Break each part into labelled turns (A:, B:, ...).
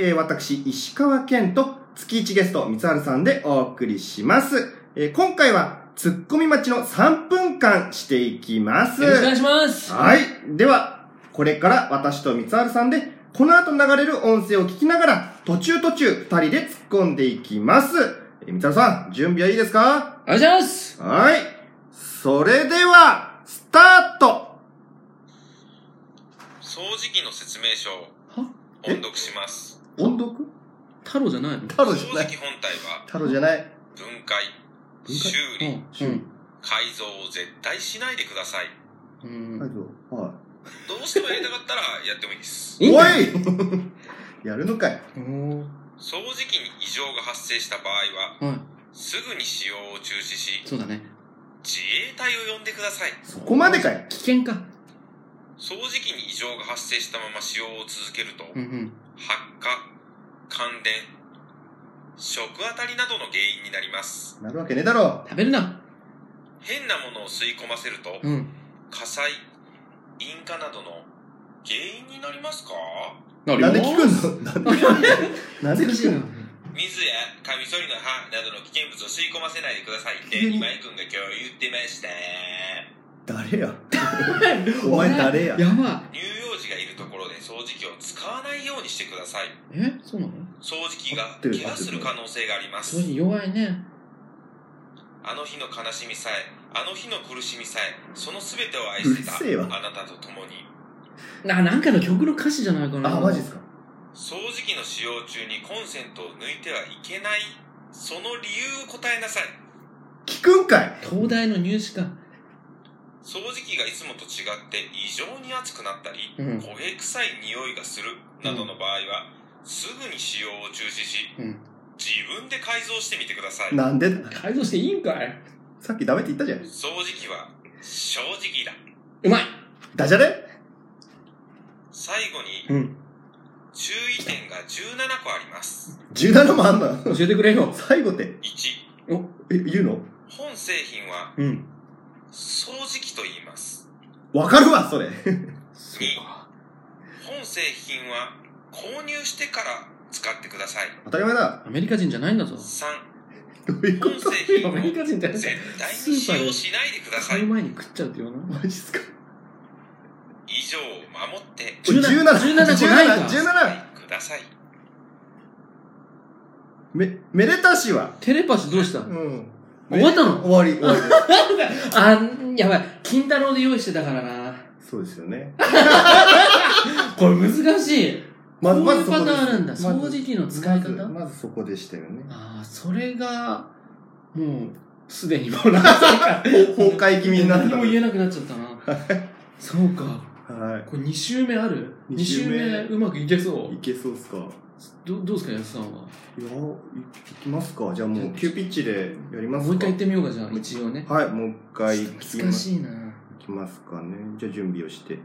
A: えー私、石川健と月一ゲスト、三春さんでお送りします。えー今回は、ツッコミ待ちの3分間していきます。
B: よろしくお願いします。
A: はい。では、これから私と三春さんで、この後流れる音声を聞きながら、途中途中、二人で突っ込んでいきます。えー三春さん、準備はいいですか
B: お願いします。
A: はい。それでは、スタート
C: 掃除機の説明書を
B: は
A: え
C: 音読します
A: 音読
B: 太郎じゃないの
A: 太
C: 掃
A: 郎
C: 除
A: じゃない。
C: 機本体は
A: 太郎じゃない。
C: 分解
B: 解
C: 修理
B: うん。
C: 改造を絶対しないでください
B: うん。
A: はい。は
C: どうしてもやりたかったらやってもいいです
A: い、
B: いいん
A: お
B: だよ
A: いやるのかい。
B: お
C: 掃除機に異常が発生した場合
B: ーは
C: は
B: い。
C: すぐに使用を中止し
B: そうだね。
C: 自衛隊を呼んでください
A: そこまでかい。
B: 危険か。
C: 掃除機に異常が発生したまま使用を続けると
B: うんうん。
C: 発火感電食あたりなどの原因になります
A: なるわけねえだろ。
B: 食べるな。
C: 変なものを吸い込ませると、
B: うん。
C: 火災引火などの原因になりますか
B: な
A: なんで聞くんの なんで聞くんのなんで
B: 難し
A: 聞
B: い
A: く
B: な
A: の。
C: 水やカミソリの刃などの危険物を吸い込ませないでください って
A: 急に
C: 今井君が今日言ってました
A: 誰やお前誰や
B: やば
C: 乳幼児がいるところで掃除機を使わないようにしてください
B: い。えそうなの
C: 掃除機が
A: 合ってる
C: 怪我する可能性があります
B: 正直弱いね。
C: あの日の悲しみさえあの日の苦しみさえその全てを愛
A: うる
C: し
A: せ
C: て
A: え
C: た
A: わ
C: あなたと共に
B: な、なんかの曲の歌詞じゃないかな。
A: あ、マジですか。
C: 掃除機の使用中にコンセントを抜いてはいけないその理由を答えなさい
A: 聞くんかい。
B: 東大の入試か。
C: 掃除機がいつもと違って異常に熱くなったり、
B: うん
C: 焦げ臭い匂いがするなどの場合は、すぐに使用を中止し、
B: うん
C: 自分で改造してみてください
A: なんでだ
B: 改造していいんかい
A: さっきダメって言ったじゃん。
C: 掃除機は正直だ
B: うまい
A: ダジャレ
C: 最後に
B: うん。
C: 注意点が17個あります
A: ?17 もあんの
B: 教えてくれよ。
A: 最後って、
C: 1
A: え、言うの
C: 本製品は
B: うん。
C: 掃除機と言います
A: わかるわ、それ。
B: そうか。
C: 本製品は購入してから使ってください
A: 当たり前だ。
B: アメリカ人じゃないんだぞ。
C: 3
A: どういうこ
C: 本
A: と
C: 製 品
B: アメリ
C: を
B: カ人って
C: 絶対に使用しないでくださ
B: 買
C: いう
B: 前に食っちゃうって言う
A: マ
B: な。
A: ジっすか
C: 以上を守って
B: 17
A: 17
B: 17個ないか
A: 17
C: ください
A: め、めでたしは。
B: テレパシーどうした
A: うん。
B: 終わったの
A: 終わり、終わりで
B: あん、やばい。金太郎で用意してたからな。
A: す。そうですよね。
B: これ難しい。
A: まず、
B: こ
A: ま
B: う
A: ず
B: いう
A: そ
B: パ
A: こ
B: タ
A: です
B: ーンあるんだ。
A: まず
B: 掃除機の使い方、
A: まずまずそこでしたよ ね。
B: ああ、それが、もう、すでにもう何歳か。
A: 崩壊気味になって
B: 何
A: た
B: も言えなくなっちゃったな。そうか。
A: は
B: これ2周目ある
A: 二
B: ?2
A: 周
B: 周
A: 目
B: 目うまくいけそ。
A: い。いうけそうっすか。い
B: どどうですか、安さんは。
A: や、いいきますか。じゃあもう、急ピッチでやりますか。
B: もう一回行ってみようか、じゃあ、一応ね。
A: はい、もう一回
B: ちょっと難
A: い
B: しいな。
A: きますかね。じゃあ準備をして。え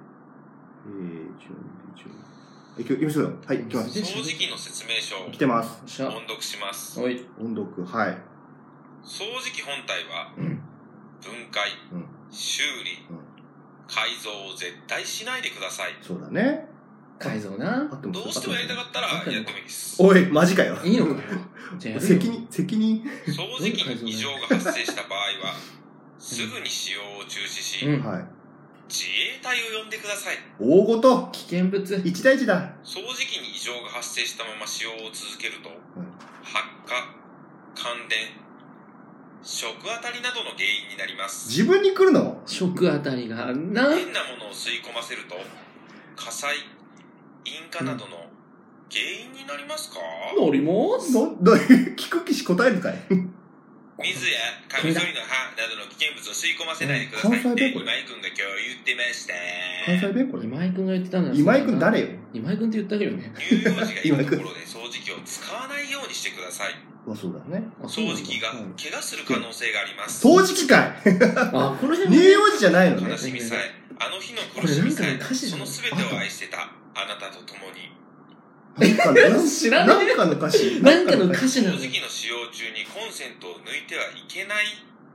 A: ー、準備、準備。いきいきましょうよ。はい、いきます。
B: で
C: 掃除機の説明書を
A: 来てます。
B: よっしゃ。
C: 音読します
B: おい。
A: 音読、はい。
C: 掃除機本体は
B: うん。
C: 分解
A: うん
C: 修理
A: うん
C: 改造を絶対しないでください
A: そうだね。
B: 改造な
A: 合。ってま
C: ど
A: す
C: うしてもやりたかったら
B: わ
C: やっ
B: かる
C: てもいいです掃
A: おい、マジかよ。
B: いい のかよ。じゃあやるよ
A: 責任、責任。
C: 除機に異常が発生した場合はすぐに使用を中止し、
B: うん
A: はい。
C: 自衛隊を呼んでください
A: 大ごと
B: 危険物。
A: 一大事だ。
C: 掃除機に異常が発生したまま使用を続けると、
A: ん
C: 発火感電食あたりなどの原因になります
A: 自分に来るの
B: 食あたりが、な。
C: 変なものを吸い込ませると火災引火などの原因になりますか、
B: 乗ります
A: のどう いう、聞く気し答えるかい
C: 水やカミソリの刃などの危険物を吸い込ませないでください
A: 関
C: っ
A: 西
C: て
A: 弁こ
C: 今
A: れ
C: 井君が今日言ってました
A: 関西弁これ。
B: 今井くんが言ってたんだ
A: 今井くん誰よ
B: 今井くんって言ったけどね。
C: 乳幼児がいるところで掃除機を使わないようにしてください
A: まあそうだね。
B: あそうな
C: 掃
B: んだ
C: 除機が怪我する可能性があります
A: 掃除機かい
B: あ、この辺もね
A: 乳幼児じゃないのね
C: 悲。しみさえ、あの日の苦しみ
B: こ
C: さ
B: れなんかの歌
C: え、
B: 詞じ
C: そ
B: ゃな
C: の
B: い
C: 全てを愛してた、あなたと共に。
A: なんかの
B: 知らな
A: ないんかの歌詞。
B: なんかの歌詞な
C: 掃
B: の
C: 除機の使用中にコンセントを抜いてはいけない、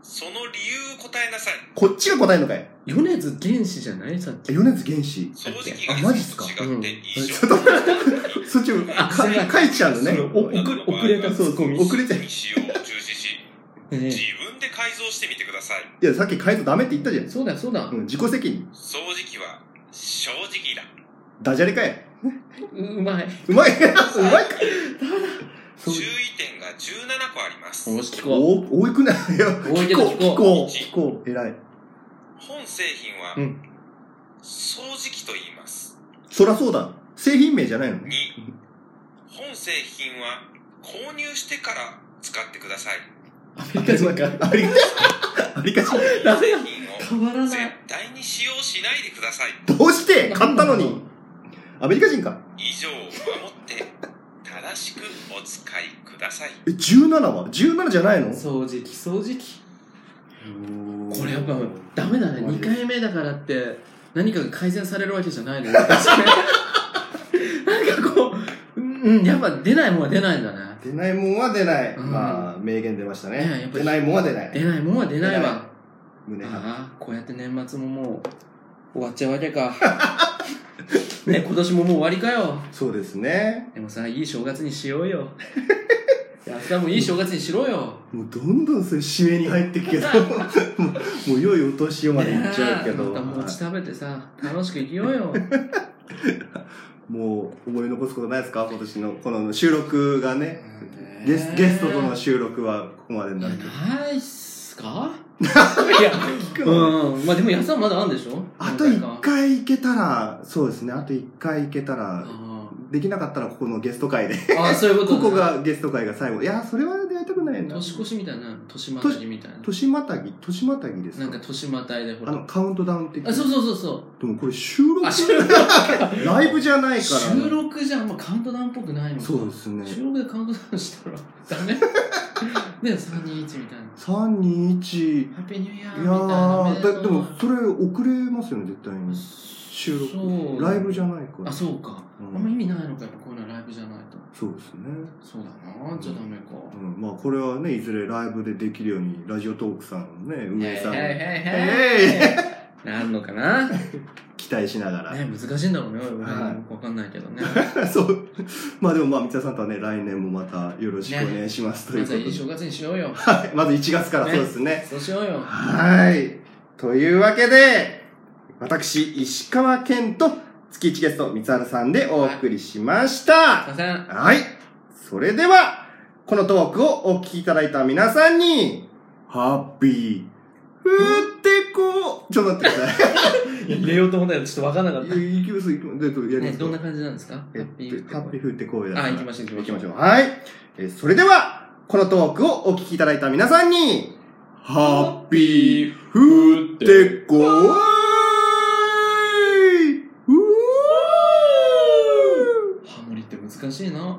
C: その理由を答えなさい
A: こっちが答えるのかい
B: 米津玄師じゃないさっき。
A: え米津玄師。
C: 掃除機
A: あ
C: が
A: マ
C: い
A: ジっ
C: つ
A: す
C: も
A: か
C: と
B: う
C: 違っ
B: ん
C: て以上
A: ちょっと待ってそっち、
B: あそれ
A: か書いちゃうのね。
B: それお送る遅れた
A: そうそう遅れて
C: に使用を中止 し
B: ね
C: 自分で改造してみてください
A: いや、さっき変えたダメって言ったじゃん。
B: そうだそうだ
A: う。ん、自己責任。
C: 掃除機は正直だ
A: ダジャレかい。
B: ううまい。
A: うまい。うまいか。
B: そう
C: 注意点が17個あります
B: よし、聞こ
A: お、多くないよ。
B: う。多いけど
A: 聞
B: 聞こ
A: こう。聞こう。偉い。
C: 本製品は、
A: うん
C: 掃除機と言います
A: そらそうだ。製品名じゃないの
C: 2
A: ね。
C: 本製品は購入してから使ってくださ い
B: う。
A: 当たり前か。ありがち。ありがち。
B: ダメよ
C: 製品を
B: 変わら
C: 絶
B: ない。
C: 対に使用しないでください
A: どうして買ったのに。アメリカ人か。
C: 以上を守って正しくお使いください
A: え、17は ?17 じゃないの
D: 掃除機掃除機
B: これやっぱダメだね2回目だからって何かが改善されるわけじゃないのなんか こううんやっぱ出ないもんは出ないんだね
A: 出ないもんは出ない。
B: うん
A: まあ、名言出ました
B: ねや
A: ね
B: っ。ぱ
A: 出
B: り
A: ないもんは出ない。
B: 出ないもんは出ないわ
A: 胸張っ
B: ああこうやって年末ももう終わっちゃうわけか ね今年ももう終わりかよ
A: そうですね。
B: でもさいい正月にしよ うよいや明日もいい正月にしろよ
A: もうどんどんそれ締めに入ってくけど、も うもう良いお年をまでいっちゃうけど
B: ね、えまた餅食べてさ楽しく生きようよ
A: もう思い残すことないですか今年のこの収録がね。 ゲス
B: ねえ
A: ゲストとの収録はここまでになるけど。
B: ないっす かいや、うん。まあでも、安さんまだあるんでしょ
A: あと
B: 一
A: 1回行けたら、そうですね、あと1回行けたら、できなかったらここのゲスト会で。
B: ああ、そういうこと、
A: こ
B: ね、
A: こ。がゲスト会が最後。いや、それはやりたくないな。
B: 年越しみたいな、年またぎみたいな。
A: 年またぎ、年またぎですか
B: なんか年またいでほ
A: あ
B: ら。
A: の、カウントダウン的な
B: あ、そうそうそうそ
A: でもこれ収録
B: う。あ、収録。
A: ライブじゃないから。
B: 収録じゃあんまカウントダウンっぽくないのか
A: そうですね。
B: 収録でカウントダウンしたら、 ダメね、3、2、1みたいな。
A: 3、2、1。い
B: ハッピーニューイヤ
A: や
B: ーみたいな。おめ
A: ー、だ
B: とう
A: でもそれ遅れますよね、絶対に。収
B: そう
A: 録。ライブじゃないから。
B: あ、そうか。
A: うん
B: あんま意味ないのか、やっぱこういうのはライブじゃないと。
A: そうですね。
B: そうだな、じゃあダメか。
A: うん、まあこれはね、いずれライブでできるように、ラジオトークさんのね、運営さんに
B: なんのかなね
A: 期待しながら。
B: 難しいんだろうね。俺
A: はい
B: よくわかんないけど ね。
A: そう。まあでもまあ、三田さんとはね、来年もまたよろしくお願いします、
B: ま
A: と
B: ずはいいうい
A: こと
B: 正月にしようよ。
A: で。はい。まず1月からそうですね。
B: そうしようよ。
A: はい。というわけで、私、石川健と月1ゲスト、三原さんでお送りしました。
B: させん。
A: はい。それでは、このトークをお聞きいただいた皆さんに、ハッピー、ふってこちょっと待ってください。
B: 入れようと思ったけど、ちょっとわかんなか った。
A: いきます、いきます。で、どうやりま
B: ね、
A: す
B: どんな感じなんですかハ
A: えっ
B: ッ
A: と
B: ピー。
A: ハッピーふってこうや
B: あ、行きましょう、行
A: 行
B: き
A: き
B: ま
A: ま
B: し
A: し
B: ょ
A: ょ
B: う
A: う。。はい。えーそれでは、このトークをお聞きいただいた皆さんに、ハッピーふってこーいうー
B: ハモリって難しいな。